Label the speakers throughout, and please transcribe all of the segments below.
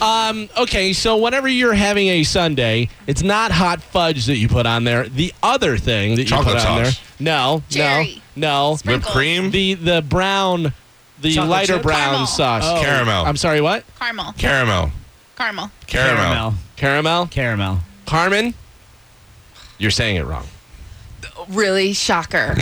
Speaker 1: Um, okay, so whenever you're having a Sunday, it's not hot fudge that you put on there. The other thing that you
Speaker 2: Chocolate
Speaker 1: put on there,
Speaker 2: sauce.
Speaker 1: no,
Speaker 3: Cherry.
Speaker 1: no, no,
Speaker 2: Whipped
Speaker 3: Sprinkles.
Speaker 2: cream,
Speaker 1: the the brown, the
Speaker 4: Chocolate
Speaker 1: lighter
Speaker 4: chip?
Speaker 1: brown
Speaker 3: Caramel.
Speaker 1: sauce.
Speaker 4: Oh.
Speaker 2: Caramel.
Speaker 1: I'm sorry, what?
Speaker 3: Caramel.
Speaker 2: caramel,
Speaker 3: Caramel.
Speaker 2: caramel,
Speaker 1: Caramel,
Speaker 4: Caramel.
Speaker 1: Carmen. You're saying it wrong.
Speaker 3: Really shocker.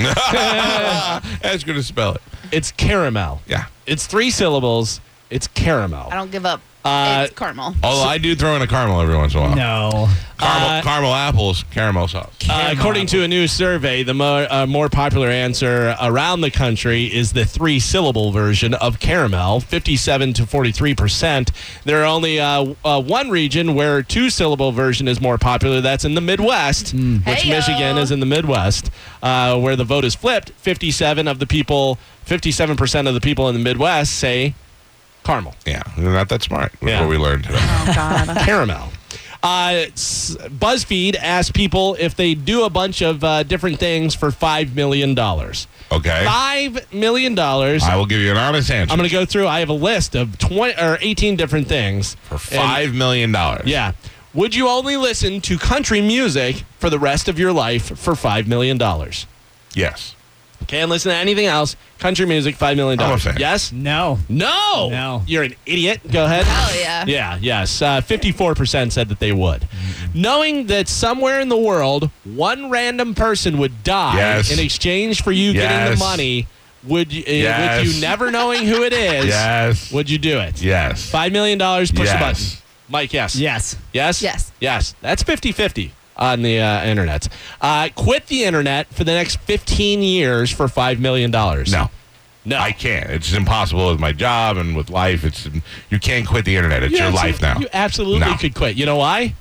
Speaker 2: As good as spell it.
Speaker 1: It's caramel.
Speaker 2: Yeah.
Speaker 1: It's three syllables. It's caramel.
Speaker 3: I don't give up.
Speaker 1: Uh,
Speaker 3: it's caramel.
Speaker 2: Although I do throw in a caramel every once in a while.
Speaker 4: No.
Speaker 2: Caramel,
Speaker 1: Uh,
Speaker 2: caramel apples, caramel sauce.
Speaker 1: Uh, according to a new survey, the more, uh, more popular answer around the country is the three syllable version of caramel, 57 to 43%. There are only uh, w- uh, one region where two syllable version is more popular. That's in the Midwest, which
Speaker 3: Heyo.
Speaker 1: Michigan is in the Midwest, uh, where the vote is flipped. 57 of the people, 57% of the people in the Midwest say caramel.
Speaker 2: Yeah, they're not that smart. That's
Speaker 1: Yeah. Uh-huh.
Speaker 2: what we learned today.
Speaker 3: Oh God.
Speaker 1: caramel. Uh, s- BuzzFeed asked people if they do a bunch of uh, different things for five million dollars.
Speaker 2: Okay.
Speaker 1: Five million dollars.
Speaker 2: I will give you an honest answer.
Speaker 1: I'm going to go through. I have a list of twenty or eighteen different things.
Speaker 2: for five million dollars.
Speaker 1: And- yeah. Would you only listen to country music for the rest of your life for five million dollars?
Speaker 2: Yes.
Speaker 1: Can't listen to anything else. Country music, five million
Speaker 2: I'm a
Speaker 1: dollars.
Speaker 2: fan.
Speaker 1: Yes.
Speaker 4: No.
Speaker 1: No.
Speaker 4: No.
Speaker 1: You're an idiot. Go ahead.
Speaker 3: Hell yeah.
Speaker 1: Yeah, yes. Uh, 54% said that they would.
Speaker 2: Mm-hmm.
Speaker 1: Knowing that somewhere in the world, one random person would die
Speaker 2: Yes.
Speaker 1: in exchange for you getting
Speaker 2: Yes.
Speaker 1: the money, would you, uh,
Speaker 2: Yes.
Speaker 1: with you never knowing who it is,
Speaker 2: Yes.
Speaker 1: would you do it?
Speaker 2: Yes.
Speaker 1: $5 million, push the
Speaker 2: Yes.
Speaker 1: button. Mike, yes.
Speaker 4: Yes.
Speaker 1: Yes?
Speaker 3: Yes.
Speaker 1: Yes. That's 50 50 on the uh, internet. Uh, quit the internet for the next 15 years for $5 million.
Speaker 2: No.
Speaker 1: No.
Speaker 2: I can't. It's impossible with my job and with life. It's you can't quit the internet. It's
Speaker 1: You
Speaker 2: your
Speaker 1: absol-
Speaker 2: life now.
Speaker 1: You absolutely
Speaker 2: No.
Speaker 1: could quit. You know why?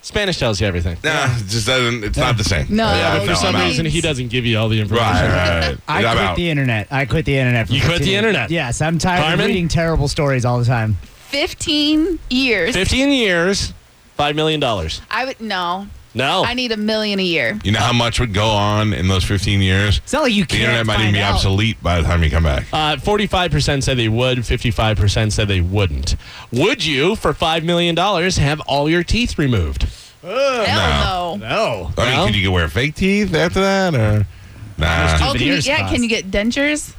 Speaker 1: Spanish tells you everything.
Speaker 2: Nah, it just doesn't. It's not the same.
Speaker 3: No. Yeah, but
Speaker 2: no,
Speaker 1: For some
Speaker 2: I'm out.
Speaker 1: reason, he doesn't give you all the information.
Speaker 2: Right, right, right.
Speaker 4: I
Speaker 2: I'm
Speaker 4: quit
Speaker 2: out.
Speaker 4: the internet. I quit the internet. For
Speaker 1: You quit the
Speaker 4: 15
Speaker 1: internet?
Speaker 4: Yes, I'm tired
Speaker 1: Carmen?
Speaker 4: of reading terrible stories all the time.
Speaker 3: Fifteen years.
Speaker 1: 15 years, $5 million. No.
Speaker 3: I would no.
Speaker 1: Oh.
Speaker 3: I need a million a year.
Speaker 2: You know how much would go on in those 15 years?
Speaker 4: It's not like you
Speaker 2: The
Speaker 4: can't
Speaker 2: internet might even
Speaker 4: find
Speaker 2: be
Speaker 4: out.
Speaker 2: obsolete by the time you come back.
Speaker 1: Uh, 45% said they would, 55% said they wouldn't. Would you, for $5 million, have all your teeth removed?
Speaker 3: Hell no.
Speaker 2: I
Speaker 4: No.
Speaker 2: mean,
Speaker 1: well-
Speaker 2: could you wear fake teeth after that, or nah?
Speaker 3: Oh, can you,
Speaker 4: Veneers
Speaker 3: yeah,
Speaker 4: cost.
Speaker 3: can you get dentures?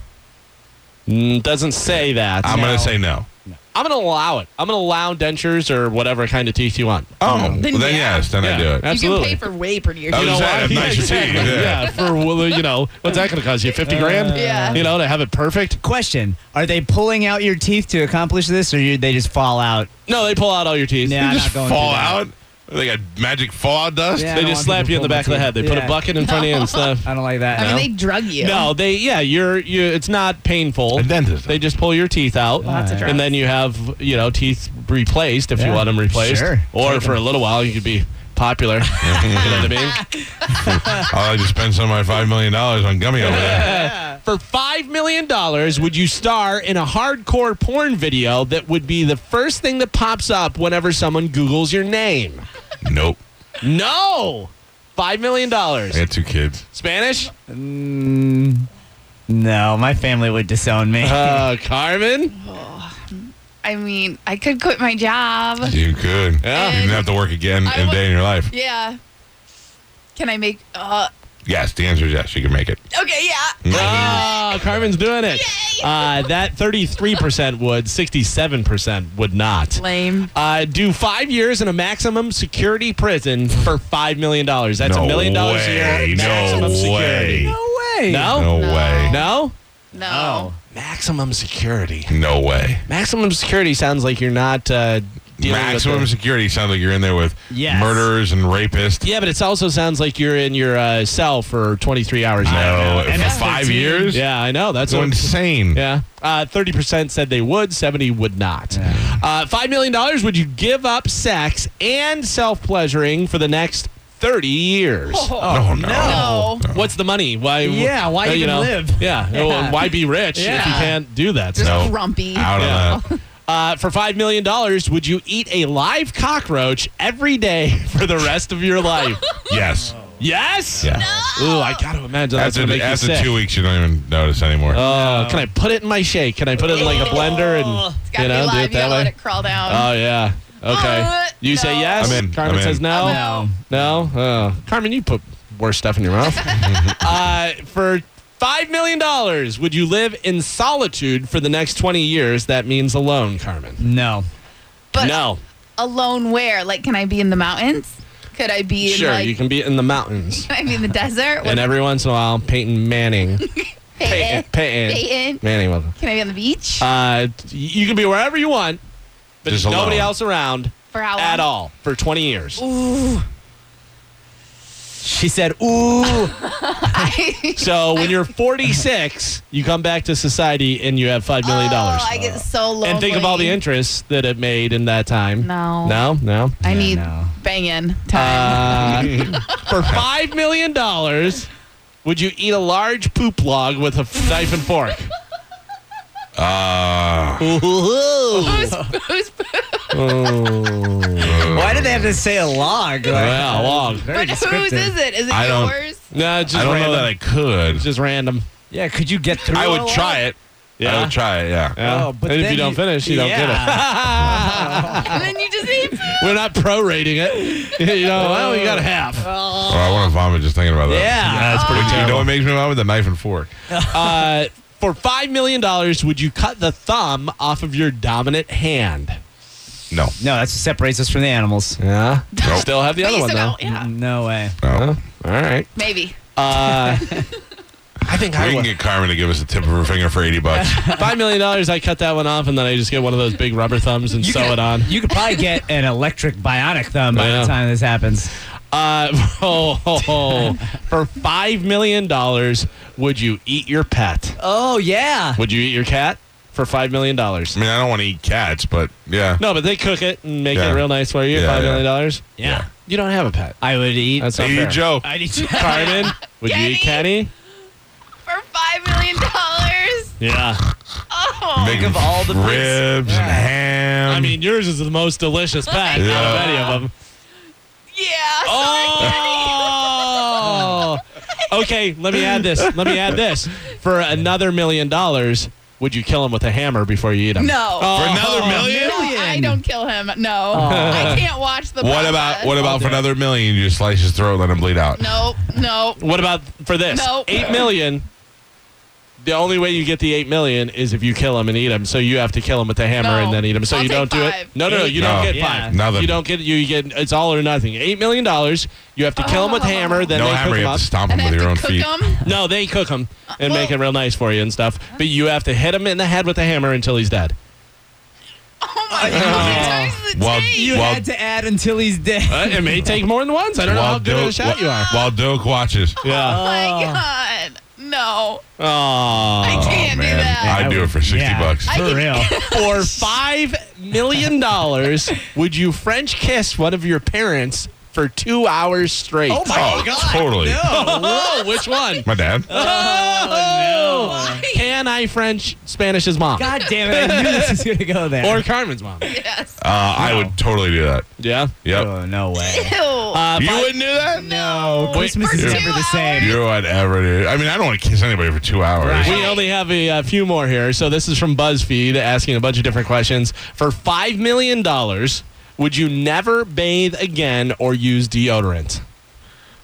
Speaker 1: Mm, doesn't say that.
Speaker 2: I'm
Speaker 4: No.
Speaker 2: gonna say no.
Speaker 1: I'm going to allow it. I'm going to allow dentures or whatever kind of teeth you want.
Speaker 2: Oh, well, then,
Speaker 3: Then yeah.
Speaker 2: yes, then I
Speaker 1: Yeah.
Speaker 2: do it.
Speaker 3: You
Speaker 1: Absolutely.
Speaker 3: can pay for way prettier
Speaker 2: Oh,
Speaker 3: teeth.
Speaker 1: You
Speaker 2: just
Speaker 1: know
Speaker 2: had
Speaker 1: why?
Speaker 2: a nicer teeth,
Speaker 1: exactly.
Speaker 2: yeah.
Speaker 1: yeah, for well, you know, what's that going to cost you? 50 grand?
Speaker 3: Yeah.
Speaker 1: You know, to have it perfect?
Speaker 4: Question: Are they pulling out your teeth to accomplish this, or you, they just fall out?
Speaker 1: No, they pull out all your teeth.
Speaker 4: Nah, I'm
Speaker 2: just
Speaker 4: not going
Speaker 2: fall
Speaker 4: through
Speaker 2: out.
Speaker 4: that.
Speaker 2: They got magic fallout dust.
Speaker 4: Yeah. I
Speaker 1: They
Speaker 4: don't
Speaker 1: just
Speaker 4: want
Speaker 1: slap
Speaker 4: people
Speaker 1: you in the
Speaker 4: pulling my
Speaker 1: back of the
Speaker 4: teeth.
Speaker 1: head. They put a
Speaker 4: Yeah.
Speaker 1: bucket in front of you and stuff.
Speaker 4: I don't like that.
Speaker 3: I mean,
Speaker 4: No.
Speaker 3: they drug you.
Speaker 1: No, they yeah, you're you. It's not painful.
Speaker 2: A dentist.
Speaker 1: They just pull your teeth out,
Speaker 4: Lots of
Speaker 1: and then you have you know teeth replaced if you
Speaker 4: Yeah,
Speaker 1: want them replaced,
Speaker 4: sure.
Speaker 1: or for a little while you could be popular. you know what I mean?
Speaker 2: I like to spend some of my five million dollars on gummy over there.
Speaker 1: For five million dollars, would you star in a hardcore porn video that would be the first thing that pops up whenever someone Google's your name?
Speaker 2: nope.
Speaker 1: No, five million dollars.
Speaker 2: I had two kids.
Speaker 1: Spanish?
Speaker 4: no, my family would disown me.
Speaker 1: Uh, Carmen?
Speaker 3: I mean, I could quit my job.
Speaker 2: You could.
Speaker 1: Yeah.
Speaker 2: You didn't have to work again
Speaker 3: I
Speaker 2: a
Speaker 3: would-
Speaker 2: day in your life.
Speaker 3: Yeah. Can I make? Uh,
Speaker 2: Yes, the answer is yes. You can make it.
Speaker 3: okay. Yeah.
Speaker 1: Oh, Carmen's doing it.
Speaker 3: Yay!
Speaker 1: Uh, that 33% would, 67% would not.
Speaker 3: Lame.
Speaker 1: Uh, do five years in a maximum security prison for $5 million. That's a
Speaker 2: No
Speaker 1: million dollars a
Speaker 2: way.
Speaker 1: year.
Speaker 2: No
Speaker 1: Maximum security.
Speaker 2: way.
Speaker 4: no way.
Speaker 1: No?
Speaker 2: No,
Speaker 3: No.
Speaker 2: way.
Speaker 1: No?
Speaker 3: No.
Speaker 4: Oh.
Speaker 1: Maximum security.
Speaker 2: No way.
Speaker 1: Maximum security sounds like you're not uh, dealing
Speaker 2: Maximum
Speaker 1: with.
Speaker 2: security sounds like you're in there with
Speaker 4: Yes.
Speaker 2: murderers and rapists.
Speaker 1: The- yeah, but it also sounds like you're in your uh, cell for 23 hours.
Speaker 2: No,
Speaker 4: don't know.
Speaker 2: for five
Speaker 4: MS-13.
Speaker 2: years.
Speaker 1: Yeah, I know. That's
Speaker 2: so
Speaker 1: what,
Speaker 2: insane.
Speaker 1: Yeah. Uh, 30% said they would, 70 would not. Uh, $5 million, would you give up sex and self pleasuring for the next 30 years? Uh,
Speaker 2: Oh, no.
Speaker 3: No.
Speaker 1: What's the money? Why?
Speaker 4: Yeah, why
Speaker 1: uh,
Speaker 4: even live?
Speaker 1: Yeah,
Speaker 4: Yeah.
Speaker 1: well, why be rich if you
Speaker 4: Yeah.
Speaker 1: can't do that?
Speaker 3: Just
Speaker 1: stuff?
Speaker 2: No.
Speaker 3: grumpy.
Speaker 2: Out
Speaker 1: Yeah.
Speaker 2: of that.
Speaker 1: Uh, for five million dollars, would you eat a live cockroach every day for the rest of your life?
Speaker 2: Yes.
Speaker 1: Yes.
Speaker 2: Yeah.
Speaker 1: Ooh, I gotta imagine that's
Speaker 2: after
Speaker 1: gonna make you
Speaker 2: after
Speaker 1: sick.
Speaker 2: two weeks, you don't even notice anymore.
Speaker 1: Oh, can I put it in my shake? Can I put it in like a blender and
Speaker 3: It's
Speaker 1: you
Speaker 3: gotta
Speaker 1: know
Speaker 3: be live.
Speaker 1: do
Speaker 3: you
Speaker 1: it that
Speaker 3: gotta let
Speaker 1: way?
Speaker 3: it crawl down.
Speaker 1: Oh yeah.
Speaker 3: Uh,
Speaker 1: Okay. You say
Speaker 3: no.
Speaker 1: yes.
Speaker 2: I'm in.
Speaker 1: Carmen
Speaker 2: I'm in.
Speaker 1: says no.
Speaker 3: I'm out.
Speaker 4: No.
Speaker 1: No. Oh. Carmen, you put worse stuff in your mouth. uh, for five million dollars, would you live in solitude for the next twenty years? That means alone, Carmen.
Speaker 4: No.
Speaker 3: but
Speaker 1: no.
Speaker 3: alone where? Like, can I be in the mountains? Could I be in
Speaker 1: Sure,
Speaker 3: like?
Speaker 1: you can be in the mountains,
Speaker 3: I mean, the desert.
Speaker 1: and every once in a while, Peyton Manning. Peyton. Peyton.
Speaker 3: Peyton.
Speaker 1: Manning. was-
Speaker 3: Can I be on the beach?
Speaker 1: Uh, you can be wherever you want, but
Speaker 2: Just
Speaker 1: nobody
Speaker 2: alone.
Speaker 1: else around
Speaker 3: For how long?
Speaker 1: at all for 20 years.
Speaker 4: She said, ooh.
Speaker 1: So when you're 46, you come back to society and you have five million dollars.
Speaker 3: Oh, I get so lonely.
Speaker 1: and think of all the interest that it made in that time.
Speaker 3: No.
Speaker 1: No, no.
Speaker 3: I
Speaker 4: Yeah,
Speaker 3: need
Speaker 4: no.
Speaker 3: banging time.
Speaker 1: Uh, for five million dollars, would you eat a large poop log with a f- knife and fork?
Speaker 2: Uh,
Speaker 1: Ooh.
Speaker 3: Who's- who's-
Speaker 1: Oh,
Speaker 4: Why did they have to say a log? Like,
Speaker 1: Well, log.
Speaker 4: Very
Speaker 3: but whose
Speaker 4: descriptive.
Speaker 3: is it? Is it
Speaker 2: I don't-
Speaker 3: yours?
Speaker 1: No, just
Speaker 2: I don't
Speaker 1: random.
Speaker 2: know that I could.
Speaker 1: just random.
Speaker 4: Yeah, could you get through
Speaker 2: I
Speaker 4: a
Speaker 2: would
Speaker 4: log?
Speaker 2: try it.
Speaker 1: Yeah.
Speaker 2: I would try it. Yeah.
Speaker 1: Yeah.
Speaker 4: Oh, but
Speaker 1: and if
Speaker 4: then
Speaker 1: you don't
Speaker 4: you-
Speaker 1: finish, you don't get it.
Speaker 4: Yeah. Oh.
Speaker 3: and then you just eat. food.
Speaker 1: We're not prorating it. you know, well, we got half.
Speaker 2: Oh, I want to vomit just thinking about that.
Speaker 4: Yeah. Oh.
Speaker 1: that's
Speaker 2: But you know what makes me vomit? The knife and fork.
Speaker 1: Uh, for five million dollars, would you cut the thumb off of your dominant hand?
Speaker 2: No.
Speaker 4: No, that's what separates us from the animals.
Speaker 1: Yeah. Still have the
Speaker 3: But
Speaker 1: other
Speaker 3: you
Speaker 1: one
Speaker 3: still
Speaker 1: though.
Speaker 3: don't- Yeah,
Speaker 4: No way.
Speaker 2: No.
Speaker 1: All right.
Speaker 3: maybe.
Speaker 1: Uh, I think I
Speaker 2: We can
Speaker 1: would.
Speaker 2: get Carmen to give us a tip of her finger for 80 bucks.
Speaker 1: Five million dollars, I cut that one off, and then I just get one of those big rubber thumbs and sew it on.
Speaker 4: You could probably get an electric bionic thumb by
Speaker 1: Yeah.
Speaker 4: the time this happens.
Speaker 1: Uh, oh, oh, oh. for five million dollars, would you eat your pet?
Speaker 4: Oh yeah.
Speaker 1: Would you eat your cat for five million dollars?
Speaker 2: I mean, I don't want to eat cats, but yeah.
Speaker 1: No, but they cook it and make
Speaker 2: Yeah.
Speaker 1: it real nice for you.
Speaker 2: Yeah,
Speaker 1: Five million
Speaker 2: yeah.
Speaker 1: dollars.
Speaker 4: Yeah.
Speaker 1: You don't have a pet.
Speaker 4: I would eat.
Speaker 1: That's not
Speaker 2: Eat
Speaker 1: fair.
Speaker 2: Joe.
Speaker 4: I'd eat.
Speaker 1: Carmen, would you eat Kenny?
Speaker 3: For five million dollars.
Speaker 1: Yeah.
Speaker 3: Oh,
Speaker 2: Make
Speaker 4: of all the places-
Speaker 2: ribs and ham.
Speaker 1: I mean, yours is the most delicious pet out of
Speaker 2: Yeah.
Speaker 1: any of them.
Speaker 3: yeah.
Speaker 1: Oh. okay. Let me add this. Let me add this. For another million dollars, would you kill him with a hammer before you eat him?
Speaker 3: No.
Speaker 1: Oh.
Speaker 2: for another
Speaker 1: Oh,
Speaker 2: million?
Speaker 3: No, I don't kill him. No,
Speaker 4: Oh.
Speaker 3: I can't watch the.
Speaker 2: What about what about for another million? You just slice his throat, and let him bleed out.
Speaker 3: No, no.
Speaker 1: What about for this?
Speaker 3: No.
Speaker 1: Eight million. The only way you get the eight million is if you kill him and eat him. So you have to kill him with the hammer
Speaker 3: No.
Speaker 1: and then eat him. So
Speaker 3: I'll
Speaker 1: you
Speaker 3: take
Speaker 1: don't do it.
Speaker 3: five.
Speaker 1: No, no, no.
Speaker 4: Eight.
Speaker 1: You don't
Speaker 2: No.
Speaker 1: get
Speaker 4: Yeah.
Speaker 1: five.
Speaker 2: Nothing.
Speaker 1: You don't get. You get. It's all or nothing. Eight million dollars. You have to kill him with
Speaker 3: Oh.
Speaker 1: hammer. Then
Speaker 2: no
Speaker 1: they
Speaker 2: hammer,
Speaker 1: cook
Speaker 2: you
Speaker 1: him
Speaker 2: have
Speaker 1: up.
Speaker 2: to stomp him
Speaker 3: And I
Speaker 2: with
Speaker 3: have
Speaker 2: your
Speaker 3: to
Speaker 2: own
Speaker 3: cook
Speaker 2: feet.
Speaker 3: him.
Speaker 1: No, they cook him and make it
Speaker 3: well-
Speaker 1: real nice for you and stuff. But you have to hit him in the head with a hammer until he's dead.
Speaker 3: Oh my god! Sometimes the
Speaker 2: Well,
Speaker 3: taste.
Speaker 4: You
Speaker 2: Well-
Speaker 4: had to add until he's dead.
Speaker 1: Uh, it may take more than once. I don't know how good of a shot
Speaker 2: while,
Speaker 1: you are.
Speaker 2: while Doak watches.
Speaker 1: Yeah.
Speaker 3: Oh my god! No, I
Speaker 1: Oh.
Speaker 3: can't do that.
Speaker 2: I'd do it for 60
Speaker 4: Yeah.
Speaker 2: bucks.
Speaker 3: I
Speaker 4: For
Speaker 3: can-
Speaker 4: real.
Speaker 1: For five million dollars, would you French kiss one of your parents for two hours straight?
Speaker 4: Oh my
Speaker 2: oh,
Speaker 4: god.
Speaker 2: totally.
Speaker 1: Whoa, which one?
Speaker 2: My dad? Uh,
Speaker 1: Oh, Can I French Spanish's mom
Speaker 4: God damn it! I knew this was gonna go there.
Speaker 1: or Carmen's mom?
Speaker 3: Yes.
Speaker 2: Uh, I would totally do that.
Speaker 1: Yeah.
Speaker 2: Yep.
Speaker 4: Oh, no way.
Speaker 3: Ew.
Speaker 1: Uh,
Speaker 2: you
Speaker 1: fi-
Speaker 2: wouldn't do that?
Speaker 4: No,
Speaker 1: Wait,
Speaker 4: Christmas is
Speaker 2: for
Speaker 4: never
Speaker 3: two
Speaker 4: the same.
Speaker 2: You would ever do. I mean, I don't want to kiss anybody for two hours.
Speaker 4: Right.
Speaker 1: We only have a, uh few more here. So this is from BuzzFeed asking a bunch of different questions. For five million dollars, would you never bathe again or use deodorant?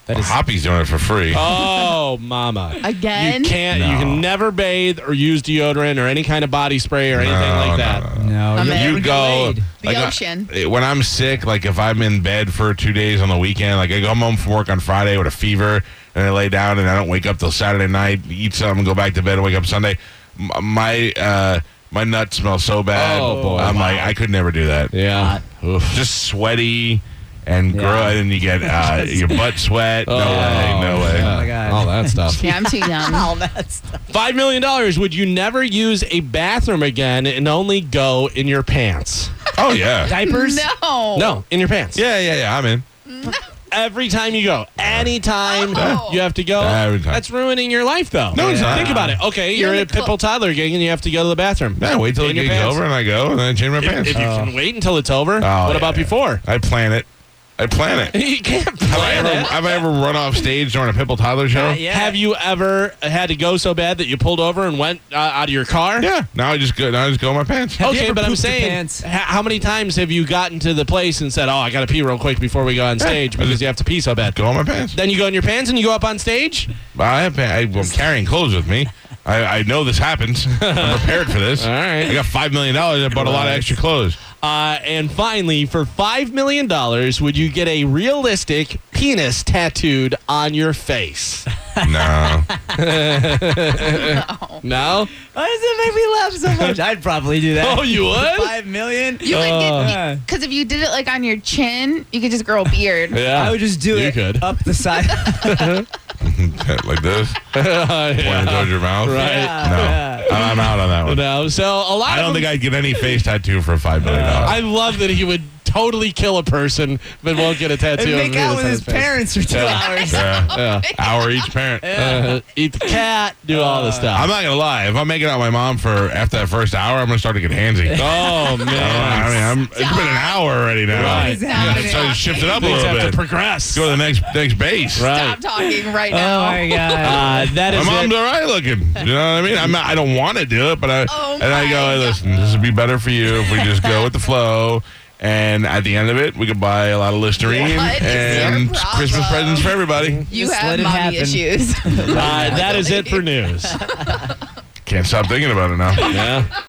Speaker 4: That is
Speaker 2: Hoppy's doing it for free.
Speaker 1: Oh, mama.
Speaker 3: Again?
Speaker 1: You can't you can never bathe or use deodorant or any kind of body spray or anything
Speaker 2: No,
Speaker 1: like
Speaker 2: no,
Speaker 1: that.
Speaker 2: no, no.
Speaker 4: no.
Speaker 3: I'm
Speaker 4: you'll
Speaker 3: in.
Speaker 4: never
Speaker 2: You
Speaker 4: get
Speaker 2: go
Speaker 4: laid.
Speaker 3: The ocean.
Speaker 2: I- eh, when I'm sick, like if I'm in bed for two days on the weekend, like I come home from work on Friday with a fever and I lay down and I don't wake up till Saturday night, eat something, go back to bed, and wake up Sunday. m- My uh, my nuts smell so bad.
Speaker 1: Oh, boy.
Speaker 2: I'm like I could never do that.
Speaker 1: Yeah. Oof.
Speaker 2: Just sweaty and gross, and you get uh, your butt sweat. No way, no way.
Speaker 1: Oh, yeah.
Speaker 4: Oh, my God.
Speaker 1: All that stuff.
Speaker 3: yeah, I'm too young.
Speaker 4: All that stuff.
Speaker 1: Five million dollars. Would you never use a bathroom again and only go in your pants?
Speaker 2: Oh yeah,
Speaker 4: Diapers.
Speaker 3: No.
Speaker 1: No, in your pants.
Speaker 2: yeah, yeah, yeah. I'm in.
Speaker 1: every time you go. Anytime
Speaker 3: Oh.
Speaker 1: you have to go.
Speaker 2: Every time.
Speaker 1: That's ruining your liit though.
Speaker 2: No, it's not.
Speaker 1: Think about it. Okay,
Speaker 3: You're
Speaker 1: you're,
Speaker 3: in
Speaker 1: a
Speaker 3: the clo-
Speaker 1: pitbull toddler gang and you have to go to the bathroom.
Speaker 2: Yeah, wait till
Speaker 1: In
Speaker 2: it
Speaker 1: your
Speaker 2: gets
Speaker 1: pants.
Speaker 2: over and I go and then I change my
Speaker 1: If,
Speaker 2: pants.
Speaker 1: if you can wait until it's over,
Speaker 2: Oh,
Speaker 1: what about
Speaker 2: yeah.
Speaker 1: before?
Speaker 2: I plan it. I plan it.
Speaker 1: You can't
Speaker 2: Have I,
Speaker 1: plan
Speaker 2: ever,
Speaker 1: it.
Speaker 2: have I ever run off stage during a Pimple Toddler show?
Speaker 4: Uh, yeah.
Speaker 1: Have you ever had to go so bad that you pulled over and went uh, out of your car?
Speaker 2: Yeah. Now I just go. Now I just go in my pants.
Speaker 4: Have you
Speaker 1: okay,
Speaker 4: ever
Speaker 1: but I'm
Speaker 4: pooped your
Speaker 1: saying,
Speaker 4: pants?
Speaker 1: h- how many times have you gotten to the place and said, "Oh, I got to pee real quick before we go on stage because you have to pee so bad"?
Speaker 2: Go in my pants.
Speaker 1: Then you go in your pants and you go up on stage.
Speaker 2: I have. pa- I, I'm carrying clothes with me. I, I know this happens. I'm prepared for this.
Speaker 1: All right.
Speaker 2: I got five million dollars. I bought a lot of
Speaker 1: Right.
Speaker 2: extra clothes.
Speaker 1: Uh, and finally, for five million dollars, would you get a realistic penis tattooed on your face?
Speaker 2: No.
Speaker 1: No.
Speaker 4: Why does it make me laugh so much? I'd probably do that.
Speaker 1: Oh, you would?
Speaker 4: Five million?
Speaker 3: You could
Speaker 4: Uh.
Speaker 3: get because if you did it like on your chin, you could just grow a beard.
Speaker 1: Yeah.
Speaker 4: I would just do
Speaker 1: You
Speaker 4: it Uh,
Speaker 1: could.
Speaker 4: up the side.
Speaker 2: like this. Pointing towards your mouth.
Speaker 1: Right.
Speaker 4: Yeah,
Speaker 2: No.
Speaker 4: yeah.
Speaker 2: I'm I'm out on that one.
Speaker 1: No. So a lot.
Speaker 2: I
Speaker 1: of
Speaker 2: don't
Speaker 1: them-
Speaker 2: think I'd get any face tattoo for five million
Speaker 1: I
Speaker 2: dollars.
Speaker 1: love that he would totally kill a person, but won't get a tattoo.
Speaker 4: And
Speaker 1: of
Speaker 4: make
Speaker 1: penis
Speaker 4: out with
Speaker 1: on
Speaker 4: his
Speaker 1: face.
Speaker 4: parents for two hours.
Speaker 2: Yeah.
Speaker 1: Yeah.
Speaker 2: Hour each parent.
Speaker 1: Uh, eat the cat. Do all
Speaker 4: Uh,
Speaker 1: this stuff.
Speaker 2: I'm not gonna lie. If I'm making out with my mom for after that first hour, I'm gonna start to get handsy.
Speaker 1: oh man.
Speaker 2: I mean, I'm, it's been an hour already now.
Speaker 1: Right.
Speaker 2: Yeah, so I shift it up a
Speaker 1: Things
Speaker 2: little
Speaker 1: have
Speaker 2: bit.
Speaker 1: to progress.
Speaker 2: Go to the next next base.
Speaker 1: right.
Speaker 3: Stop talking right
Speaker 4: Oh
Speaker 3: now.
Speaker 4: my god.
Speaker 1: Uh, that
Speaker 2: My
Speaker 1: is
Speaker 2: mom's
Speaker 1: it.
Speaker 2: all right looking. You know what I mean? I'm not, I don't want to do it, but I
Speaker 3: Oh
Speaker 2: and I go,
Speaker 3: my
Speaker 2: hey, listen, this would be better for you if we just go with the flow. And at the end of it, we could buy a lot of Listerine
Speaker 3: What is your
Speaker 2: and
Speaker 3: problem?
Speaker 2: Christmas presents for everybody.
Speaker 3: You
Speaker 4: Just let
Speaker 3: have
Speaker 4: it
Speaker 3: mommy
Speaker 4: happen.
Speaker 3: issues.
Speaker 1: Uh, that is it for news.
Speaker 2: Can't stop thinking about it now.
Speaker 1: Yeah.